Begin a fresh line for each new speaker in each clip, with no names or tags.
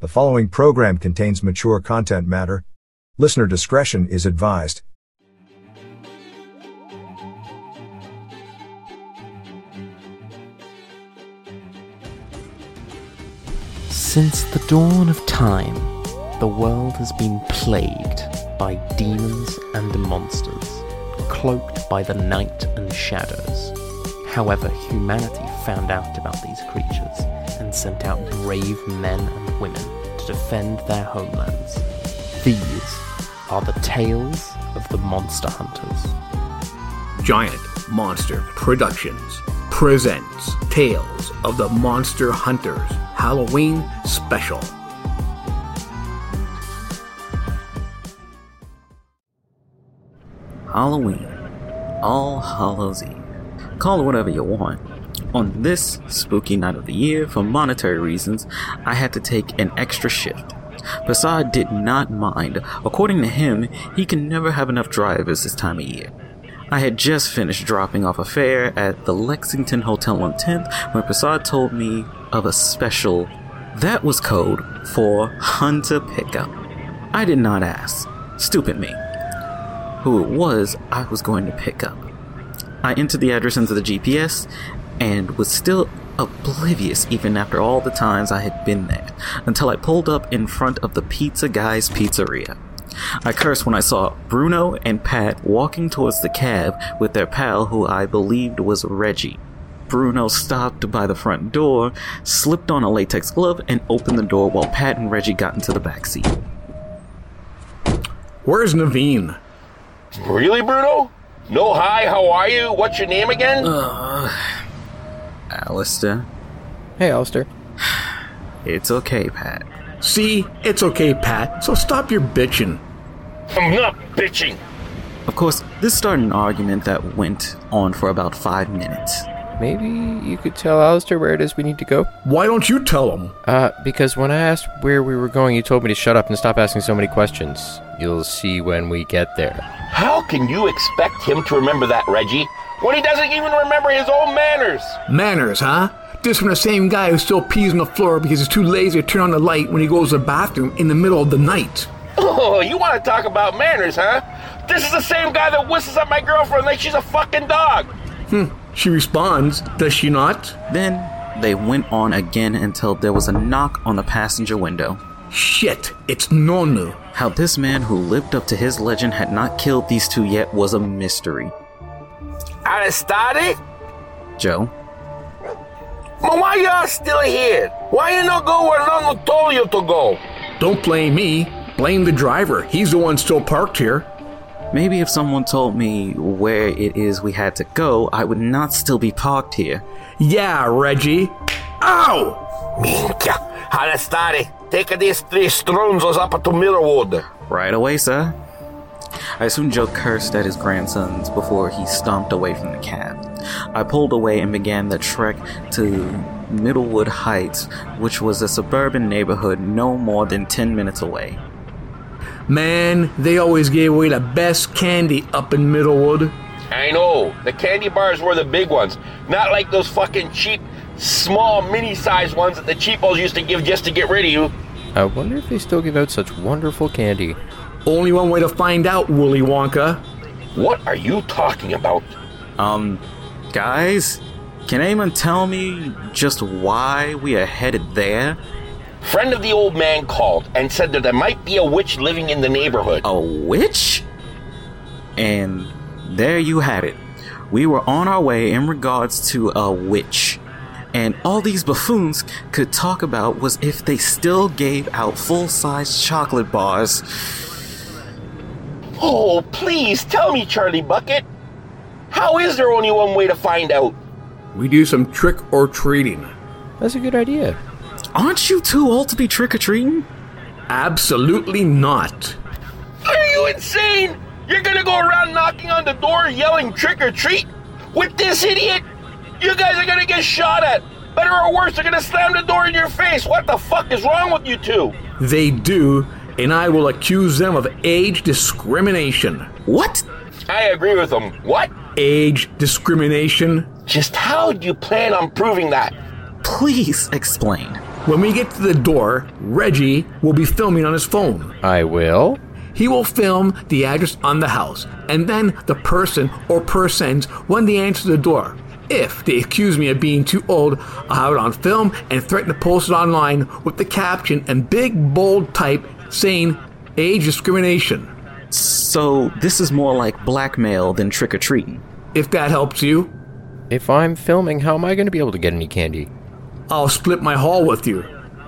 The following program contains mature content matter. Listener discretion is advised.
Since the dawn of time, the world has been plagued by demons and monsters, cloaked by the night and shadows. However, humanity found out about these creatures and sent out brave men and women to defend their homelands. These are the tales of the monster hunters.
Giant Monster Productions presents Tales of the Monster Hunters Halloween Special.
Halloween, All Hallows Eve. Call it whatever you want. On this spooky night of the year, for monetary reasons, I had to take an extra shift. Prasad did not mind. According to him, he can never have enough drivers this time of year. I had just finished dropping off a fare at the Lexington Hotel on 10th when Prasad told me of a special that was code for Hunter Pickup. I did not ask. Stupid me who it was I was going to pick up. I entered the address into the GPS and was still oblivious even after all the times I had been there until I pulled up in front of the Pizza Guy's Pizzeria. I cursed when I saw Bruno and Pat walking towards the cab with their pal who I believed was Reggie. Bruno stopped by the front door, slipped on a latex glove, and opened the door while Pat and Reggie got into the back seat.
Where's Naveen?
Really, Bruno? No, hi, how are you? What's your name again?
Alistair,
Hey, Alistair.
it's okay, Pat.
See, it's okay, Pat, so stop your bitching.
I'm not bitching.
Of course, this started an argument that went on for about five minutes.
Maybe you could tell Alistair where it is we need to go?
Why don't you tell him?
Uh, because when I asked where we were going, you told me to shut up and stop asking so many questions. You'll see when we get there.
How can you expect him to remember that, Reggie, when he doesn't even remember his own manners?
Manners, huh? This from the same guy who still pees on the floor because he's too lazy to turn on the light when he goes to the bathroom in the middle of the night.
Oh, you want to talk about manners, huh? This is the same guy that whistles at my girlfriend like she's a fucking dog.
Hmm, She responds, does she not?
Then they went on again until there was a knock on the passenger window.
Shit, it's Nonu.
How this man who lived up to his legend had not killed these two yet was a mystery.
Arrestate?
Joe,
But why y'all still here? Why you not go where Nonno told you to go?
Don't blame me, blame the driver. He's the one still parked here.
maybe if someone told me where it is we had to go, I would not still be parked here.
Yeah, Reggie. Ow!
Minchia, arrestate. Take these three stronzos up to Millwood.
Right away, sir. I assume Joe cursed at his grandsons before he stomped away from the cab. I pulled away and began the trek to Middlewood Heights, which was a suburban neighborhood no more than 10 minutes away.
Man, they always gave away the best candy up in Middlewood.
I know. The candy bars were the big ones. Not like those fucking cheap, small, mini sized ones that the cheapos used to give just to get rid of you.
I wonder if they still give out such wonderful candy.
Only one way to find out, Willy Wonka.
What are you talking about?
Um, guys, can anyone tell me just why we are headed there?
Friend of the old man called and said that there might be a witch living in the neighborhood.
A witch? And there you had it. We were on our way in regards to a witch. And all these buffoons could talk about was if they still gave out full size chocolate bars.
Oh, please tell me, Charlie Bucket. How is there only one way to find out?
We do some trick or treating.
That's a good idea.
Aren't you too old to be trick or treating?
Absolutely not.
Are you insane? You're gonna go around knocking on the door yelling trick or treat? With this idiot? You guys are gonna get shot at. Better or worse, they're gonna slam the door in your face. What the fuck is wrong with you two?
They do, and I will accuse them of age discrimination.
What?
I agree with them. What?
Age discrimination?
Just how do you plan on proving that?
Please explain.
When we get to the door, Reggie will be filming on his phone.
I will.
He will film the address on the house, and then the person or persons when they answer the door. If they accuse me of being too old, I'll have it on film and threaten to post it online with the caption in big bold type saying age discrimination.
So this is more like blackmail than trick or treating.
If that helps you,
If I'm filming, how am I going to be able to get any candy?
I'll split my haul with you.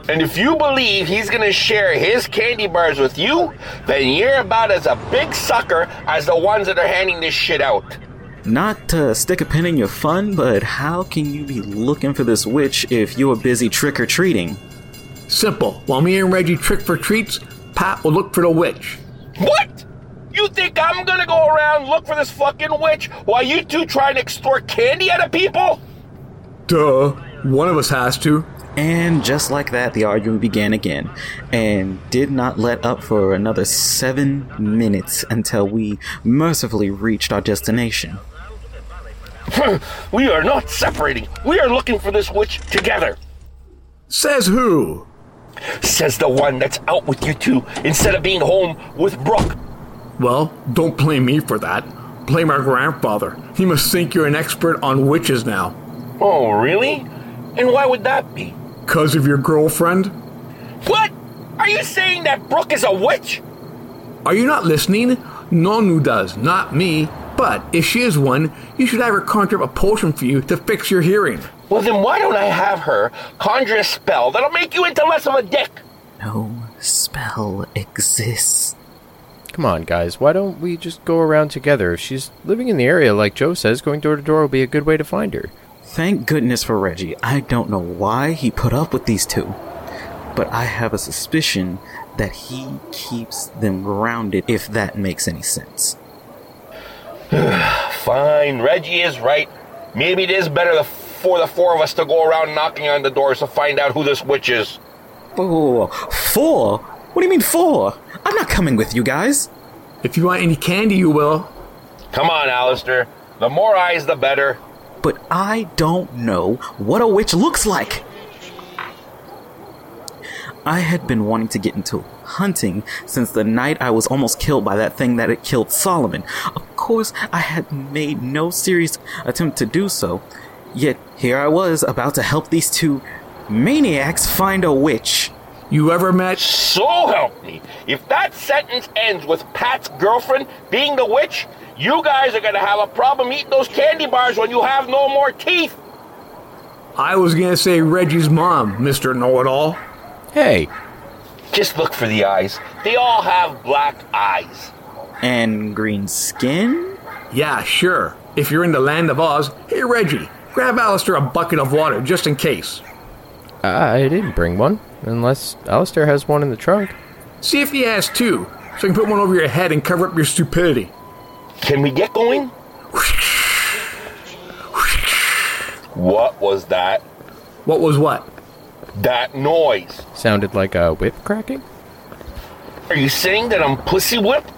And if you believe he's gonna share his candy bars with you, then you're about as a big sucker as the ones that are handing this shit out.
Not to stick a pin in your fun, but how can you be looking for this witch if you are busy trick or treating?
Simple. While me and Reggie trick for treats, Pat will look for the witch.
What? You think I'm gonna go around look for this fucking witch while you two trying to extort candy out of people?
Duh. One of us has to.
And just like that, the argument began again and did not let up for another seven minutes until we mercifully reached our destination.
We are not separating. We are looking for this witch together.
Says who?
Says the one that's out with you two instead of being home with Brooke.
Well, don't blame me for that. Blame our grandfather. He must think you're an expert on witches now.
Oh, really? And why would that be?
Cause of your girlfriend?
What? Are you saying that Brooke is a witch?
Are you not listening? Nonu does, not me. But if she is one, you should have her conjure up a potion for you to fix your hearing.
Well, then why don't I have her conjure a spell that'll make you into less of a dick?
No spell exists.
Come on, guys. Why don't we just go around together? If she's living in the area, like Joe says, going door to door will be a good way to find her.
Thank goodness for Reggie. I don't know why he put up with these two, but I have a suspicion that he keeps them grounded, if that makes any sense.
Fine, Reggie is right. Maybe it is better the, for the four of us to go around knocking on the doors to find out who this witch is.
Whoa, whoa, whoa. Four? What do you mean four? I'm not coming with you guys.
If you want any candy, you will.
Come on, Alistair. The more eyes, the better.
But I don't know what a witch looks like. I had been wanting to get into hunting since the night I was almost killed by that thing that had killed Solomon. Of course, I had made no serious attempt to do so, yet here I was about to help these two maniacs find a witch.
You ever met?
So help me. If that sentence ends with Pat's girlfriend being the witch, you guys are gonna have a problem eating those candy bars when you have no more teeth.
I was gonna say Reggie's mom, Mr. Know It All.
Hey,
Just look for the eyes. They all have black eyes.
And green skin?
Yeah, sure. If you're in the land of Oz, hey Reggie, grab Alistair a bucket of water just in case.
I didn't bring one. Unless Alistair has one in the trunk.
See if he has two, so you can put one over your head and cover up your stupidity.
Can we get going? What was that?
What was what?
That noise.
Sounded like a whip cracking?
Are you saying that I'm pussy whipped?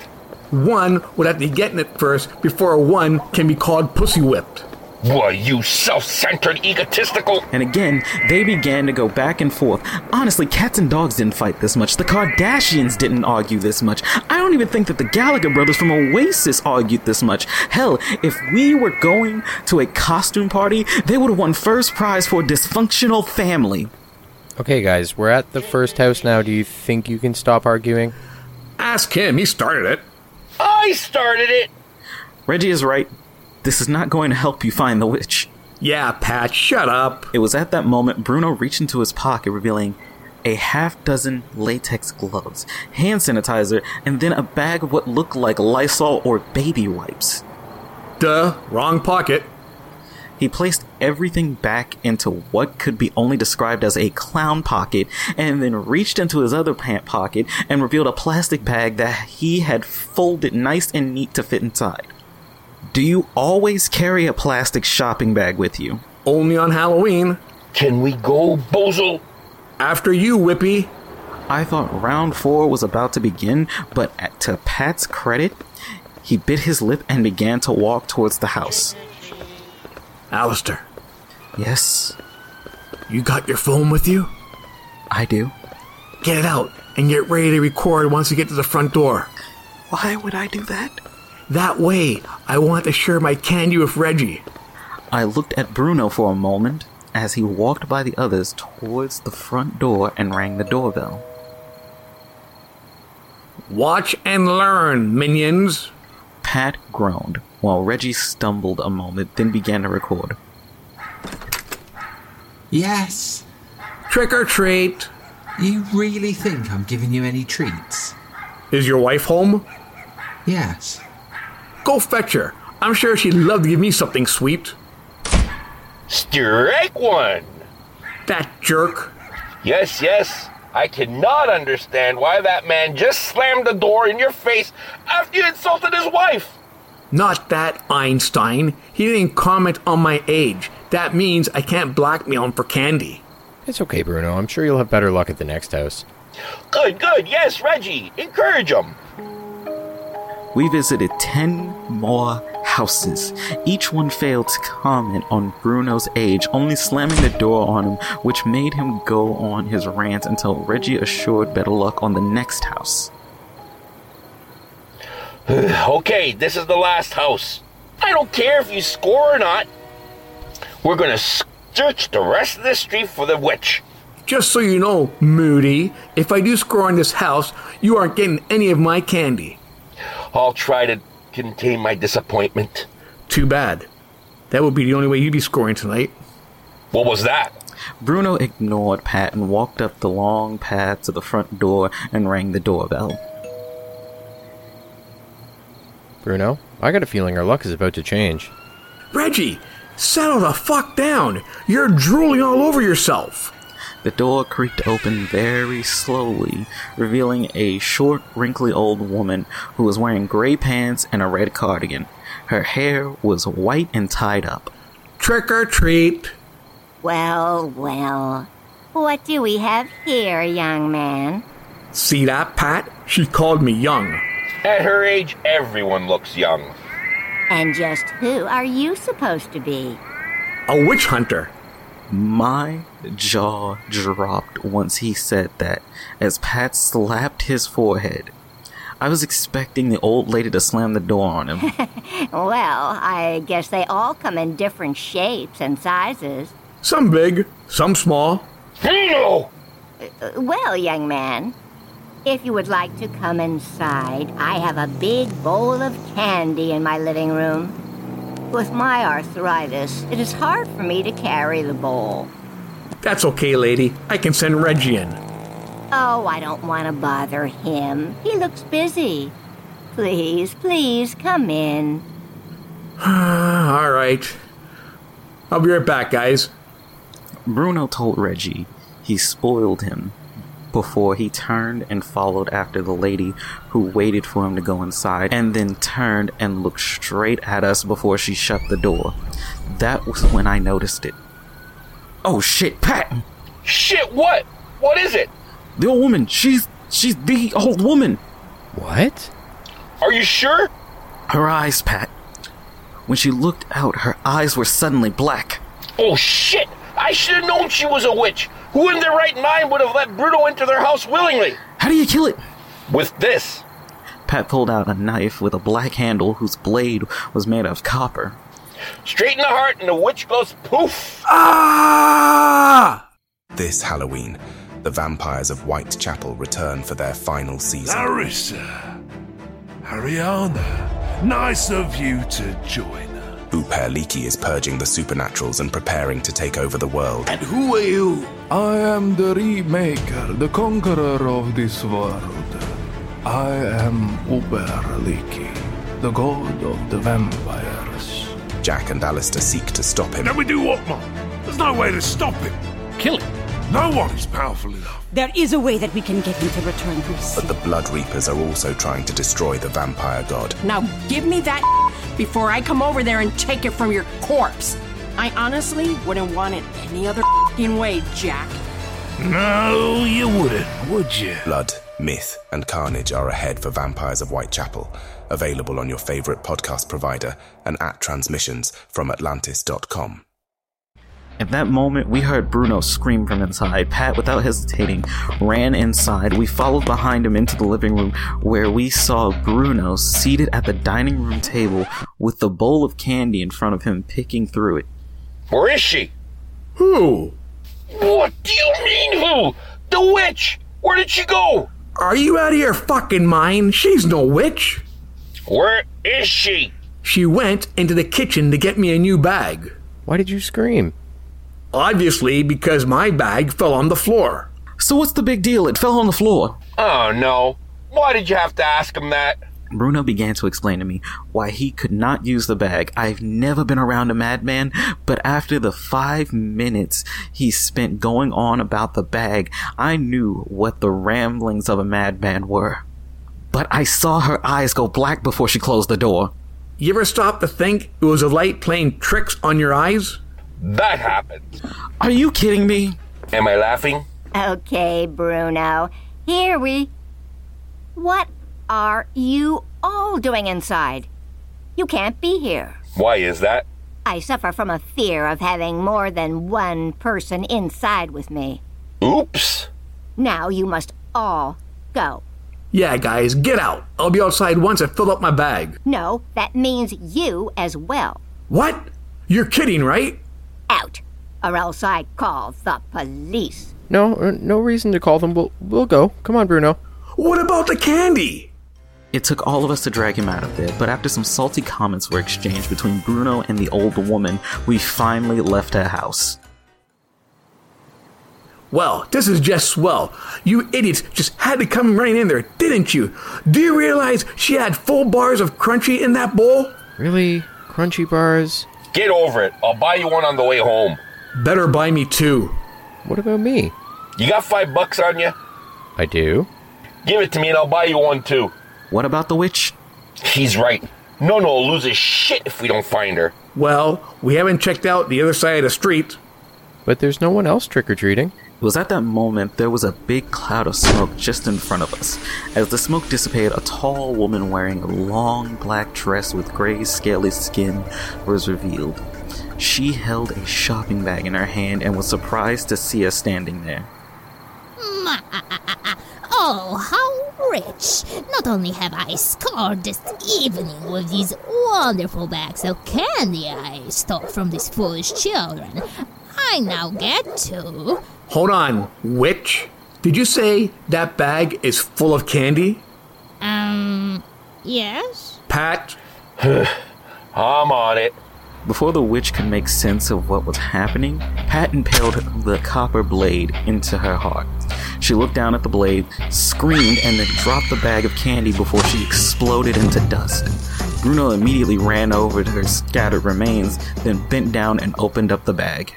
One would have to get in it first before one can be called pussy whipped.
Were you self centered, egotistical?
And again, they began to go back and forth. Honestly, cats and dogs didn't fight this much. The Kardashians didn't argue this much. I don't even think that the Gallagher brothers from Oasis argued this much. Hell, if we were going to a costume party, they would have won first prize for dysfunctional family.
Okay, guys, we're at the first house now. Do you think you can stop arguing?
Ask him, he started it.
I started it!
Reggie is right. This is not going to help you find the witch.
Yeah, Pat, shut up.
It was at that moment Bruno reached into his pocket, revealing a half dozen latex gloves, hand sanitizer, and then a bag of what looked like Lysol or baby wipes.
Duh, wrong pocket.
He placed everything back into what could be only described as a clown pocket, and then reached into his other pant pocket and revealed a plastic bag that he had folded nice and neat to fit inside. Do you always carry a plastic shopping bag with you?
Only on Halloween.
Can we go, Bozel?
After you, Whippy.
I thought round four was about to begin, but at, to Pat's credit, he bit his lip and began to walk towards the house.
Alistair,
Yes,
you got your phone with you?
I do.
Get it out and get ready to record once you get to the front door.
Why would I do that?
That way, I want to share my candy with Reggie.
I looked at Bruno for a moment as he walked by the others towards the front door and rang the doorbell.
Watch and learn, minions.
Pat groaned while Reggie stumbled a moment, then began to record.
Yes.
Trick or treat.
You really think I'm giving you any treats?
Is your wife home?
Yes.
Go fetch her. I'm sure she'd love to give me something sweet.
Strike one.
That jerk.
Yes, yes. I cannot understand why that man just slammed the door in your face after you insulted his wife.
Not that Einstein. He didn't comment on my age. That means I can't blackmail him for candy.
It's okay, Bruno. I'm sure you'll have better luck at the next house.
Good, good. Yes, Reggie. Encourage him.
We visited 10 more houses. Each one failed to comment on Bruno's age, only slamming the door on him, which made him go on his rant until Reggie assured better luck on the next house.
Okay, this is the last house. I don't care if you score or not. We're gonna search the rest of this street for the witch.
Just so you know, Moody, if I do score on this house, you aren't getting any of my candy.
I'll try to contain my disappointment.
Too bad. That would be the only way you'd be scoring tonight.
What was that?
Bruno ignored Pat and walked up the long path to the front door and rang the doorbell.
Bruno, I got a feeling our luck is about to change.
Reggie, settle the fuck down. You're drooling all over yourself.
The door creaked open very slowly, revealing a short, wrinkly old woman who was wearing gray pants and a red cardigan. Her hair was white and tied up.
Trick or treat.
Well, well. What do we have here, young man?
See that, Pat? She called me young.
At her age, everyone looks young.
And just who are you supposed to be?
A witch hunter.
My jaw dropped once he said that, as Pat slapped his forehead. I was expecting the old lady to slam the door on him.
Well, I guess they all come in different shapes and sizes.
Some big, some small.
Bruno!
Uh, Well, young man, if you would like to come inside, I have a big bowl of candy in my living room. With my arthritis, it is hard for me to carry the bowl.
That's okay, lady. I can send Reggie in.
Oh, I don't want to bother him. He looks busy. Please, please come in.
Ah, All right. I'll be right back, guys.
Bruno told Reggie he spoiled him before he turned and followed after the lady who waited for him to go inside and then turned and looked straight at us before she shut the door. That was when I noticed it. Oh shit, Patton!
Shit, what? What is it?
The old woman, she's she's the old woman.
What?
Are you sure?
Her eyes, Pat. When she looked out, her eyes were suddenly black.
Oh, shit! I should have known she was a witch. Who in their right mind would have let Bruno into their house willingly?
How do you kill it?
With this.
Pat pulled out a knife with a black handle whose blade was made of copper.
Straight in the heart, and the witch goes poof!
Ah!
This Halloween, the vampires of Whitechapel return for their final season.
Larissa, Ariana, nice of you to join us.
Upair Leakey is purging the supernaturals and preparing to take over the world.
And who are you? I am the remaker, the conqueror of this world. I am Uberliki, Um, the god of the vampires.
Jack and Alistair seek to stop
Then
him.
we do what, Mom? There's no way to stop him.
Kill it.
No one is powerful enough.
There is a way that we can get him to return Greece.
But the Blood Reapers are also trying to destroy the vampire god.
Now give me that before I come over there and take it from your corpse. I honestly wouldn't want it any other way, Jack.
No, you wouldn't, would you?
Blood, Myth, and Carnage are ahead for Vampires of Whitechapel. Available on your favorite podcast provider and at transmissions from Atlantis.com.
At that moment, we heard Bruno scream from inside. Pat, without hesitating, ran inside. We followed behind him into the living room where we saw Bruno seated at the dining room table with the bowl of candy in front of him, picking through it.
Where is she?
Who?
What do you mean, who? The witch! Where did she go?
Are you out of your fucking mind? She's no witch.
Where is she?
She went into the kitchen to get me a new bag.
Why did you scream?
Obviously, because my bag fell on the floor.
So, what's the big deal? It fell on the floor.
Oh no. Why did you have to ask him that?
Bruno began to explain to me why he could not use the bag. I've never been around a madman, but after the five minutes he spent going on about the bag, I knew what the ramblings of a madman were. But I saw her eyes go black before she closed the door.
You ever stop to think it was a light playing tricks on your eyes?
That happened.
Are you kidding me?
Am I laughing?
Okay, Bruno. Here we. What are you all doing inside? You can't be here.
Why is that?
I suffer from a fear of having more than one person inside with me.
Oops.
Now you must all go.
Yeah, guys, get out. I'll be outside once I fill up my bag.
No, that means you as well.
What? You're kidding, right?
Out, or else I call the police.
No, er, no reason to call them. We'll, we'll go. Come on, Bruno.
What about the candy?
It took all of us to drag him out of there, but after some salty comments were exchanged between Bruno and the old woman, we finally left her house.
Well, this is just swell. You idiots just had to come running in there, didn't you? Do you realize she had full bars of crunchy in that bowl?
Really? Crunchy bars?
Get over it. I'll buy you one on the way home.
Better buy me two.
What about me?
You got five bucks on you?
I do.
Give it to me and I'll buy you one too.
What about the witch?
She's right. No, no, lose his shit if we don't find her.
Well, we haven't checked out the other side of the street.
But there's no one else trick or treating.
It was at that moment there was a big cloud of smoke just in front of us. As the smoke dissipated, a tall woman wearing a long black dress with gray, scaly skin was revealed. She held a shopping bag in her hand and was surprised to see us standing there.
Oh, how rich! Not only have I scored this evening with these wonderful bags of candy I stole from these foolish children, I now get to.
Hold on, witch. Did you say that bag is full of candy?
Um, yes?
Pat?
I'm on it.
Before the witch could make sense of what was happening, Pat impaled the copper blade into her heart. She looked down at the blade, screamed, and then dropped the bag of candy before she exploded into dust. Bruno immediately ran over to her scattered remains, then bent down and opened up the bag.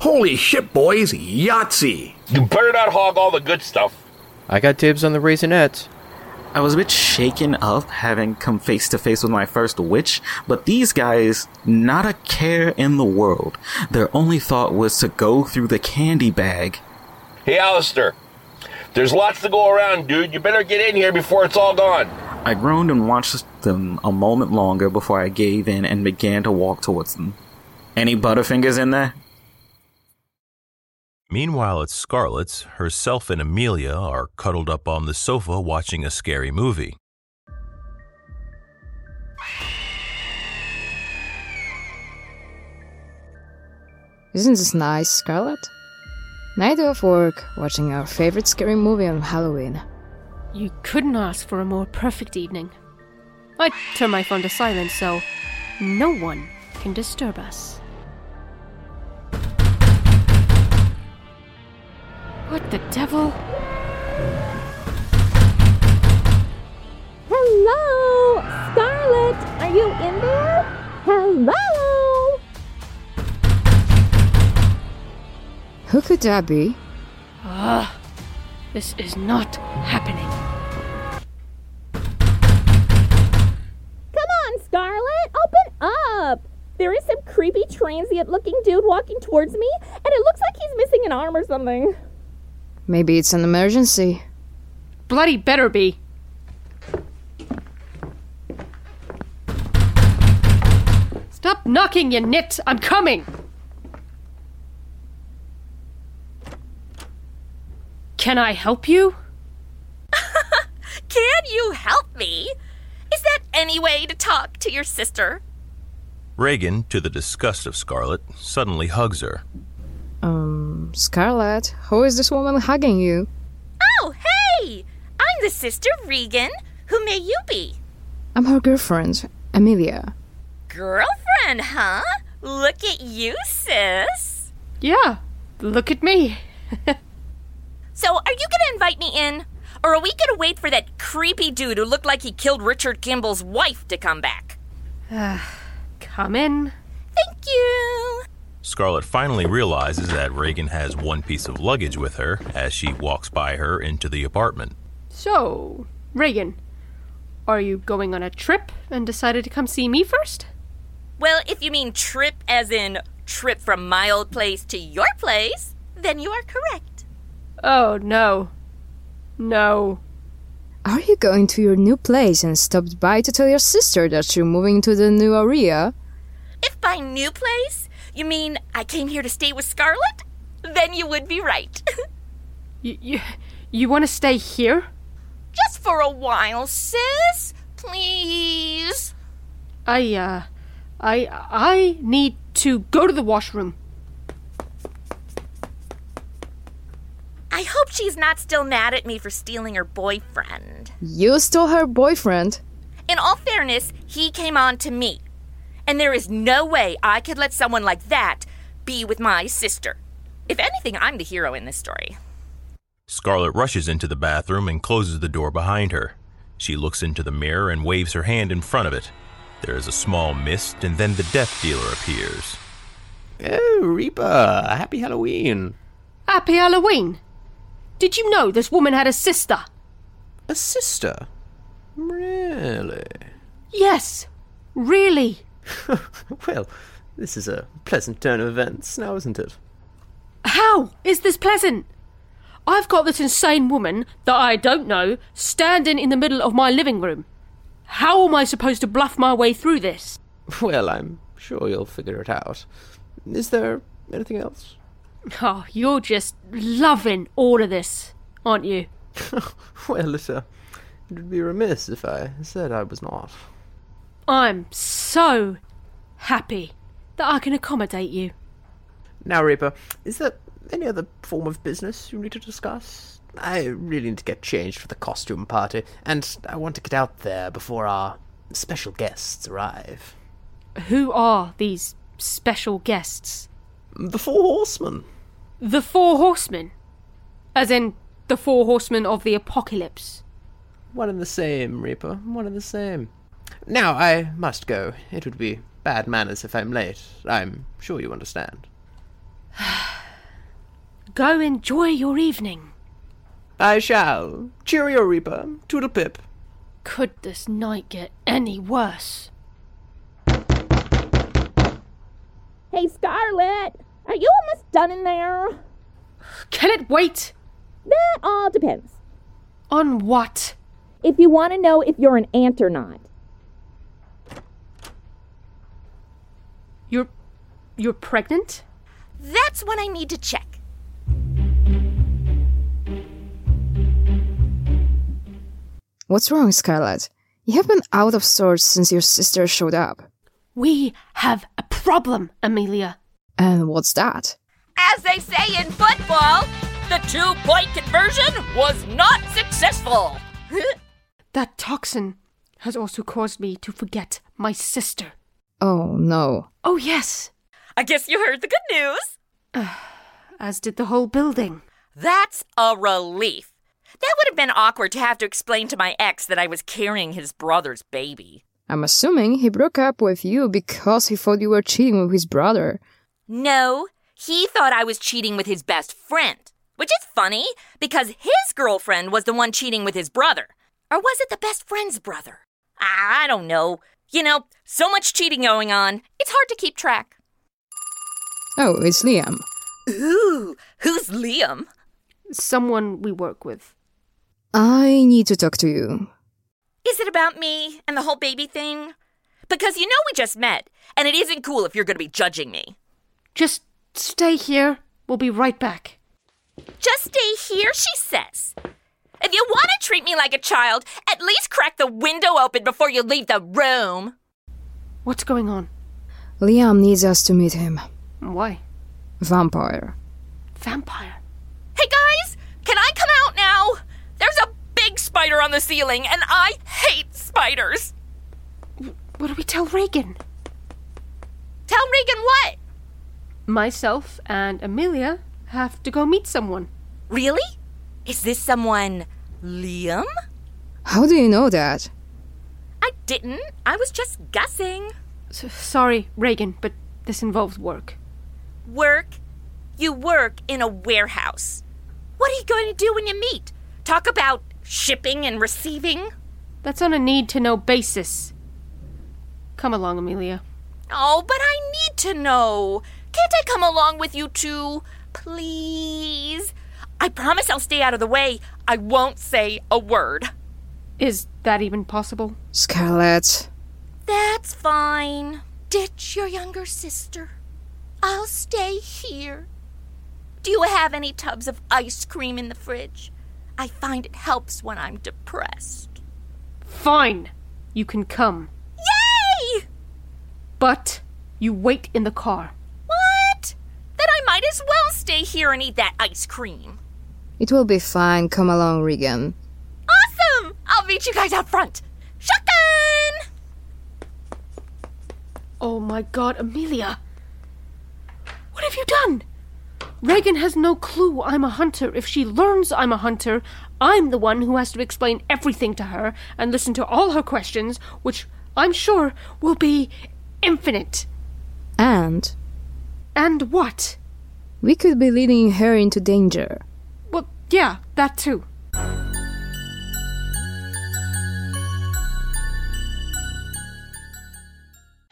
Holy shit, boys! Yahtzee!
You better not hog all the good stuff.
I got dibs on the raisinette.
I was a bit shaken up having come face to face with my first witch, but these guys, not a care in the world. Their only thought was to go through the candy bag.
Hey, Alistair, there's lots to go around, dude. You better get in here before it's all gone.
I groaned and watched them a moment longer before I gave in and began to walk towards them. Any Butterfingers in there?
Meanwhile, at Scarlett's, herself and Amelia are cuddled up on the sofa watching a scary movie.
Isn't this nice, Scarlett? Night off work, watching our favorite scary movie on Halloween.
You couldn't ask for a more perfect evening. I turn my phone to silent so no one can disturb us. What the devil?
Hello! Scarlet! Are you in there? Hello!
Who could that be?
Ugh, Ah, this is not happening.
Come on, Scarlet! Open up! There is some creepy transient looking dude walking towards me, and it looks like he's missing an arm or something.
Maybe it's an emergency.
Bloody better be. Stop knocking, you nit! I'm coming! Can I help you?
Can you help me? Is that any way to talk to your sister?
Reagan, to the disgust of Scarlet, suddenly hugs her.
Um, Scarlet, who is this woman hugging you?
Oh, hey! I'm the sister Regan. Who may you be?
I'm her girlfriend, Amelia.
Girlfriend, huh? Look at you, sis.
Yeah, look at me.
So, are you gonna invite me in? Or are we gonna wait for that creepy dude who looked like he killed Richard Kimball's wife to come back?
Come in.
Thank you!
Scarlet finally realizes that Reagan has one piece of luggage with her as she walks by her into the apartment.
So, Reagan, are you going on a trip and decided to come see me first?
Well, if you mean trip as in trip from my old place to your place, then you are correct.
Oh, no. No.
Are you going to your new place and stopped by to tell your sister that you're moving to the new area?
If by new place, you mean I came here to stay with Scarlet? Then you would be right.
You, you, you want to stay here?
Just for a while, sis. Please.
I, uh, I, I need to go to the washroom.
I hope she's not still mad at me for stealing her boyfriend.
You stole her boyfriend.
In all fairness, he came on to me. And there is no way I could let someone like that be with my sister. If anything, I'm the hero in this story.
Scarlet rushes into the bathroom and closes the door behind her. She looks into the mirror and waves her hand in front of it. There is a small mist, and then the death dealer appears.
Oh, Reaper, happy Halloween.
Happy Halloween! Did you know this woman had a sister?
A sister? Really?
Yes, really.
Well, this is a pleasant turn of events now, isn't it?
How is this pleasant? I've got this insane woman that I don't know standing in the middle of my living room. How am I supposed to bluff my way through this?
Well, I'm sure you'll figure it out. Is there anything else?
Oh, you're just loving all of this, aren't you?
Well, it, uh, it would be remiss if I said I was not.
I'm so happy that I can accommodate you.
Now, Reaper, is there any other form of business you need to discuss? I really need to get changed for the costume party, and I want to get out there before our special guests arrive.
Who are these special guests?
The Four Horsemen.
The Four Horsemen? As in, the Four Horsemen of the Apocalypse.
One and the same, Reaper. One and the same. Now, I must go. It would be bad manners if I'm late. I'm sure you understand.
Go enjoy your evening.
I shall. Cheerio, Reaper. Toodle pip.
Could this night get any worse?
Hey, Scarlet, are you almost done in there?
Can it wait?
That all depends.
On what?
If you want to know if you're an ant or not.
You're. you're pregnant?
That's what I need to check.
What's wrong, Scarlet? You have been out of sorts since your sister showed up.
We have a problem, Amelia.
And what's that?
As they say in football, the two point conversion was not successful.
That toxin has also caused me to forget my sister.
Oh no.
Oh, yes,
I guess you heard the good news.
as did the whole building.
That's a relief. That would have been awkward to have to explain to my ex that I was carrying his brother's baby.
I'm assuming he broke up with you because he thought you were cheating with his brother.
No, he thought I was cheating with his best friend. Which is funny, because his girlfriend was the one cheating with his brother. Or was it the best friend's brother? I I don't know. You know, so much cheating going on, it's hard to keep track.
Oh, it's Liam.
Ooh, who's Liam?
Someone we work with.
I need to talk to you.
Is it about me and the whole baby thing? Because you know we just met, and it isn't cool if you're going to be judging me.
Just stay here. We'll be right back.
Just stay here, she says. If you want to treat me like a child, at least crack the window open before you leave the room.
What's going on?
Liam needs us to meet him.
Why?
Vampire.
Vampire.
Hey guys, can I come out now? There's a big spider on the ceiling, and I hate spiders.
What do we tell Reagan?
Tell Regan what?
Myself and Amelia have to go meet someone.
Really? Is this someone Liam?
How do you know that?
I didn't. I was just guessing.
S- sorry, Reagan, but this involves work.
Work? You work in a warehouse. What are you going to do when you meet? Talk about shipping and receiving?
That's on a need to know basis. Come along, Amelia.
Oh, but I need to know. Can't I come along with you two? Please? I promise I'll stay out of the way. I won't say a word.
Is that even possible?
Scarlet.
That's fine. Ditch your younger sister. I'll stay here. Do you have any tubs of ice cream in the fridge? I find it helps when I'm depressed.
Fine. You can come.
Yay!
But you wait in the car.
What? Then I might as well stay here and eat that ice cream.
It will be fine. Come along, Regan.
Awesome! I'll meet you guys out front. Shotgun!
Oh my god, Amelia! What have you done? Reagan has no clue I'm a hunter. If she learns I'm a hunter, I'm the one who has to explain everything to her and listen to all her questions, which I'm sure will be infinite.
And
And what?
we could be leading her into danger.
Well, yeah, that too.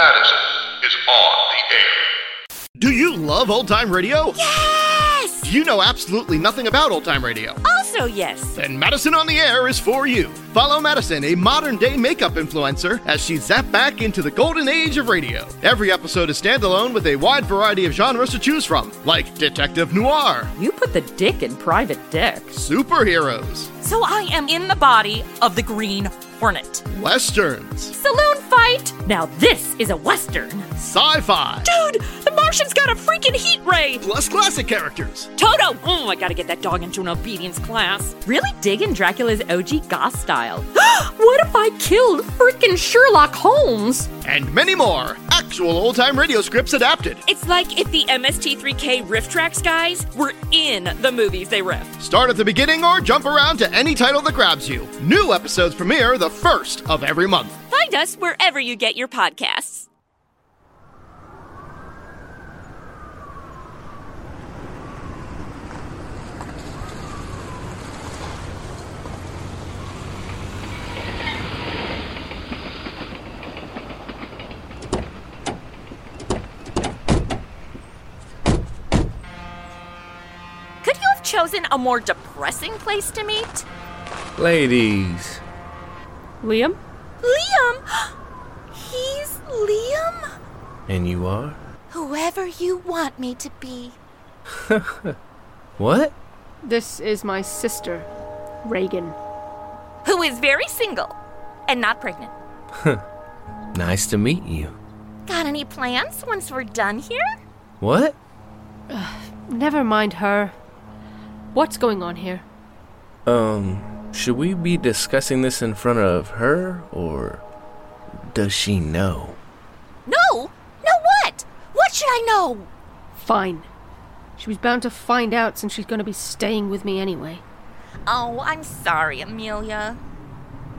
Addison is on the air.
Do you love old time radio?
Yes!
Do you know absolutely nothing about old time radio?
Also, yes.
Then Madison on the Air is for you. Follow Madison, a modern day makeup influencer, as she zapped back into the golden age of radio. Every episode is standalone with a wide variety of genres to choose from, like detective noir,
You put the dick in private dick.
superheroes,
So I am in the body of the Green Hornet.
westerns,
Saloon fight! Now this is a western.
sci fi,
Dude, the Martian's got a freaking heat ray!
plus classic characters.
Toto! Oh, I gotta get that dog into an obedience class. Really digging Dracula's OG goth style. what if I killed freaking Sherlock Holmes?
And many more. Actual old time radio scripts adapted.
It's like if the MST3K riff tracks guys were in the movies they riff.
Start at the beginning or jump around to any title that grabs you. New episodes premiere the first of every month.
Find us wherever you get your podcasts. Could you have chosen a more depressing place to meet?
Ladies,
Liam?
Liam! He's Liam?
and you are?
Whoever you want me to be.
What?
This is my sister, Reagan.
Who is very single and not pregnant.
Nice to meet you.
Got any plans once we're done here?
What?
Never mind her. What's going on here?
Um, should we be discussing this in front of her, or does she know?
No! No what? What should I know?
Fine. She was bound to find out since she's going to be staying with me anyway.
Oh, I'm sorry, Amelia.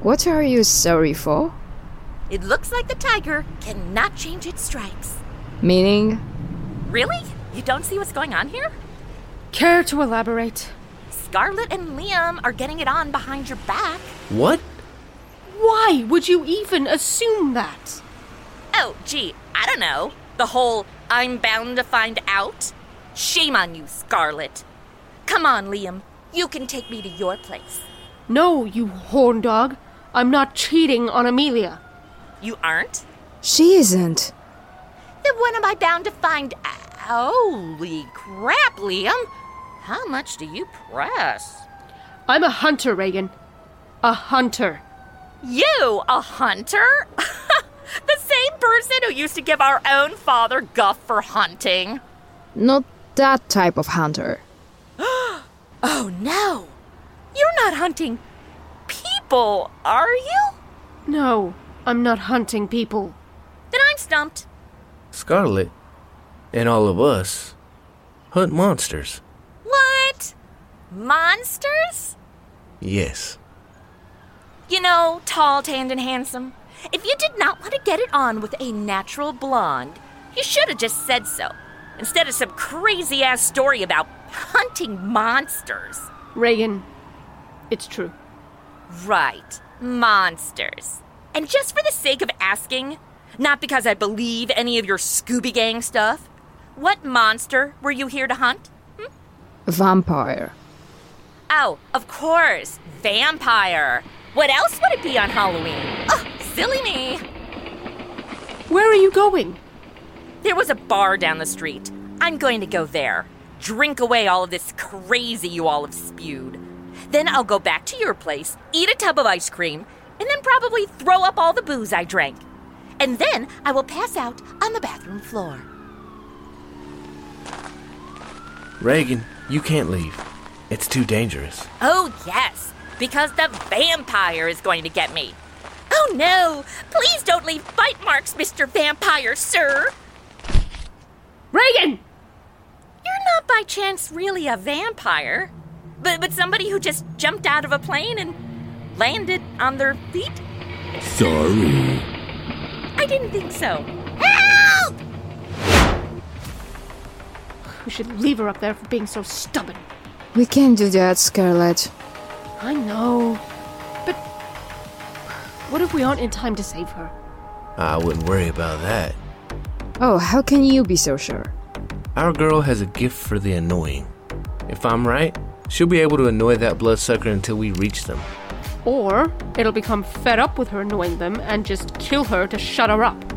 What are you sorry for?
It looks like the tiger cannot change its stripes.
Meaning?
Really? You don't see what's going on here?
Care to elaborate?
Scarlett and Liam are getting it on behind your back.
What?
Why would you even assume that?
Oh, gee, I don't know. The whole I'm bound to find out? Shame on you, Scarlet. Come on, Liam. You can take me to your place.
No, you horn dog. I'm not cheating on Amelia.
You aren't?
She isn't.
Then when am I bound to find out? Holy crap, Liam! How much do you press?
I'm a hunter, Reagan. A hunter.
You, a hunter? the same person who used to give our own father guff for hunting.
Not that type of hunter.
Oh no! You're not hunting people, are you?
No, I'm not hunting people.
Then I'm stumped.
Scarlet and all of us hunt monsters.
What? Monsters?
Yes.
You know, tall, tanned, and handsome. If you did not want to get it on with a natural blonde, you should have just said so, instead of some crazy ass story about hunting monsters.
Reagan, it's true.
Right, monsters. And just for the sake of asking, not because I believe any of your Scooby Gang stuff, what monster were you here to hunt?
Vampire.
Oh, of course, vampire. What else would it be on Halloween? Oh, silly me.
Where are you going?
There was a bar down the street. I'm going to go there. Drink away all of this crazy you all have spewed. Then I'll go back to your place, eat a tub of ice cream, and then probably throw up all the booze I drank. And then I will pass out on the bathroom floor.
Reagan, you can't leave. It's too dangerous.
Oh, yes, because the vampire is going to get me. Oh, no! Please don't leave bite marks, Mr. Vampire, sir!
Reagan!
You're not by chance really a vampire, but, but somebody who just jumped out of a plane and landed on their feet?
Sorry.
I didn't think so. Help!
We should leave her up there for being so stubborn.
We can't do that, Scarlet.
I know. But what if we aren't in time to save her?
I wouldn't worry about that.
Oh, how can you be so sure?
Our girl has a gift for the annoying. If I'm right, she'll be able to annoy that bloodsucker until we reach them.
Or it'll become fed up with her annoying them and just kill her to shut her up.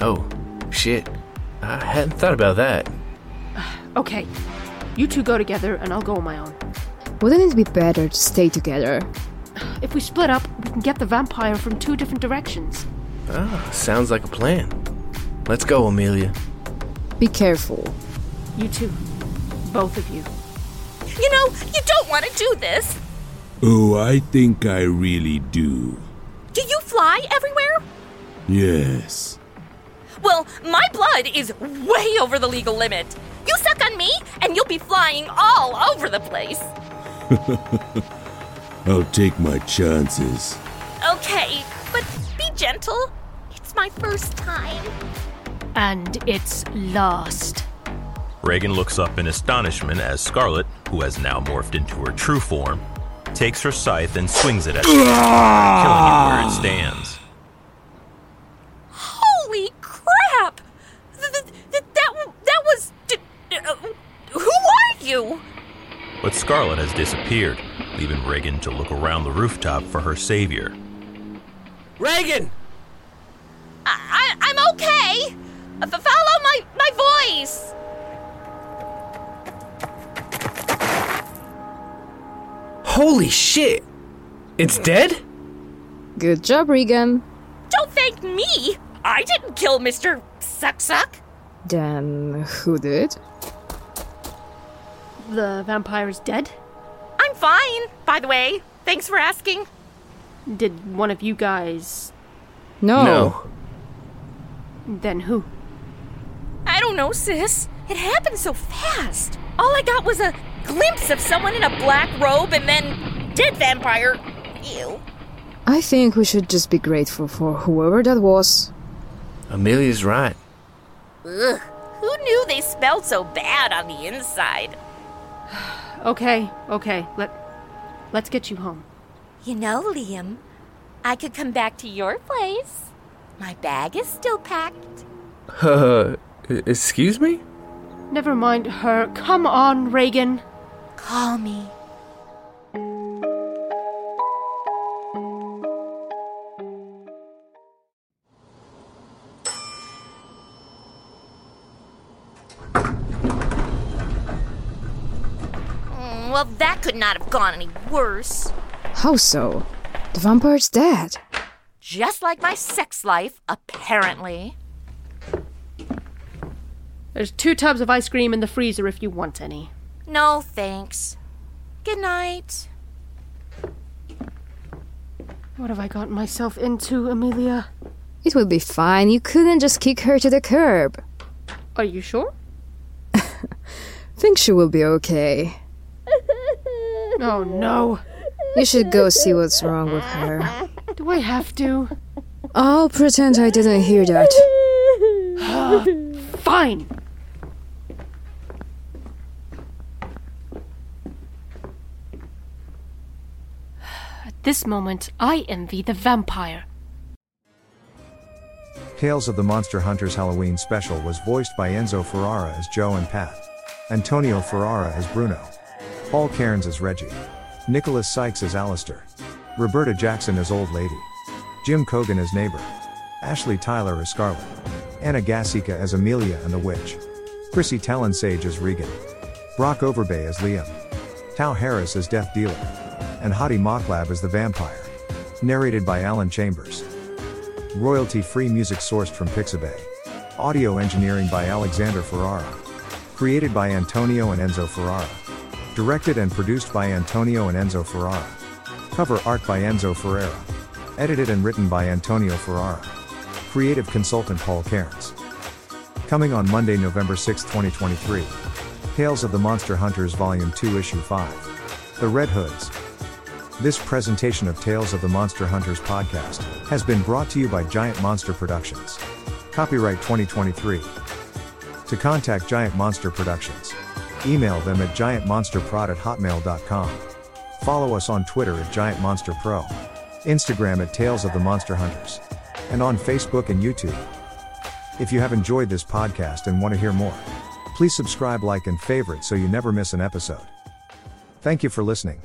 Oh, shit. I hadn't thought about that.
Okay, you two go together and I'll go on my own.
Wouldn't it be better to stay together?
If we split up, we can get the vampire from two different directions.
Ah, sounds like a plan. Let's go, Amelia.
Be careful.
You two. Both of you.
You know, you don't want to do this.
Oh, I think I really do.
Do you fly everywhere?
Yes.
Well, my blood is way over the legal limit. You suck on me, and you'll be flying all over the place.
I'll take my chances.
Okay, but be gentle. It's my first time.
And it's last.
Reagan looks up in astonishment as Scarlet, who has now morphed into her true form, takes her scythe and swings it at him, killing it where it stands.
Holy crap! Th- th- th- that, w- that was. d- d- uh, who are you?
But Scarlet has disappeared, leaving Reagan to look around the rooftop for her savior.
Reagan!
I, I, I'm okay. F- follow my, my voice.
Holy shit! It's dead?
Good job, Regan.
Don't thank me. I didn't kill Mr. Suck Suck.
Then who did?
The vampire is dead?
I'm fine, by the way. Thanks for asking.
Did one of you guys.
No.
No.
Then who?
I don't know, sis. It happened so fast. All I got was a glimpse of someone in a black robe and then dead vampire. Ew.
I think we should just be grateful for whoever that was.
Amelia's right.
Ugh. Who knew they smelled so bad on the inside?
Okay, okay. Let, let's get you home.
You know, Liam, I could come back to your place. My bag is still packed.
Uh, excuse me?
Never mind her. Come on, Reagan.
Call me. Mm, could not have gone any worse.
How so? The vampire's dead.
Just like my sex life, apparently.
There's two tubs of ice cream in the freezer if you want any.
No thanks. Good night.
What have I gotten myself into, Amelia?
It would be fine. You couldn't just kick her to the curb.
Are you sure?
Think she will be okay.
Oh no.
You should go see what's wrong with her.
Do I have to?
I'll pretend I didn't hear that.
Fine. At this moment, I envy the vampire.
Tales of the Monster Hunters Halloween special was voiced by Enzo Ferrara as Joe and Pat, Antonio Ferrara as Bruno, Paul Cairns as Reggie, Nicholas Sykes as Alistair, Roberta Jackson as Old Lady, Jim Cogan as Neighbor, Ashley Tyler as Scarlet, Anna Gassica as Amelia and the Witch, Chrissy Tallon Sage as Regan, Brock Overbay as Liam, Tao Harris as Death Dealer, and Hottie Mocklab as the Vampire. Narrated by Alan Chambers. Royalty free music sourced from Pixabay. Audio engineering by Alexander Ferrara. Created by Antonio and Enzo Ferrara. Directed and produced by Antonio and Enzo Ferrara. Cover art by Enzo Ferrara. Edited and written by Antonio Ferrara. Creative consultant Paul Cairns. Coming on Monday, November 6, 2023. Tales of the Monster Hunters Volume 2, Issue 5. The Red Hoods. This presentation of Tales of the Monster Hunters podcast has been brought to you by Giant Monster Productions. Copyright 2023. To contact Giant Monster Productions, email them at giantmonsterprod at hotmail.com. Follow us on Twitter at Giant Monster Pro, Instagram at Tales of the Monster Hunters, and on Facebook and YouTube. If you have enjoyed this podcast and want to hear more, please subscribe, like, and favorite so you never miss an episode. Thank you for listening.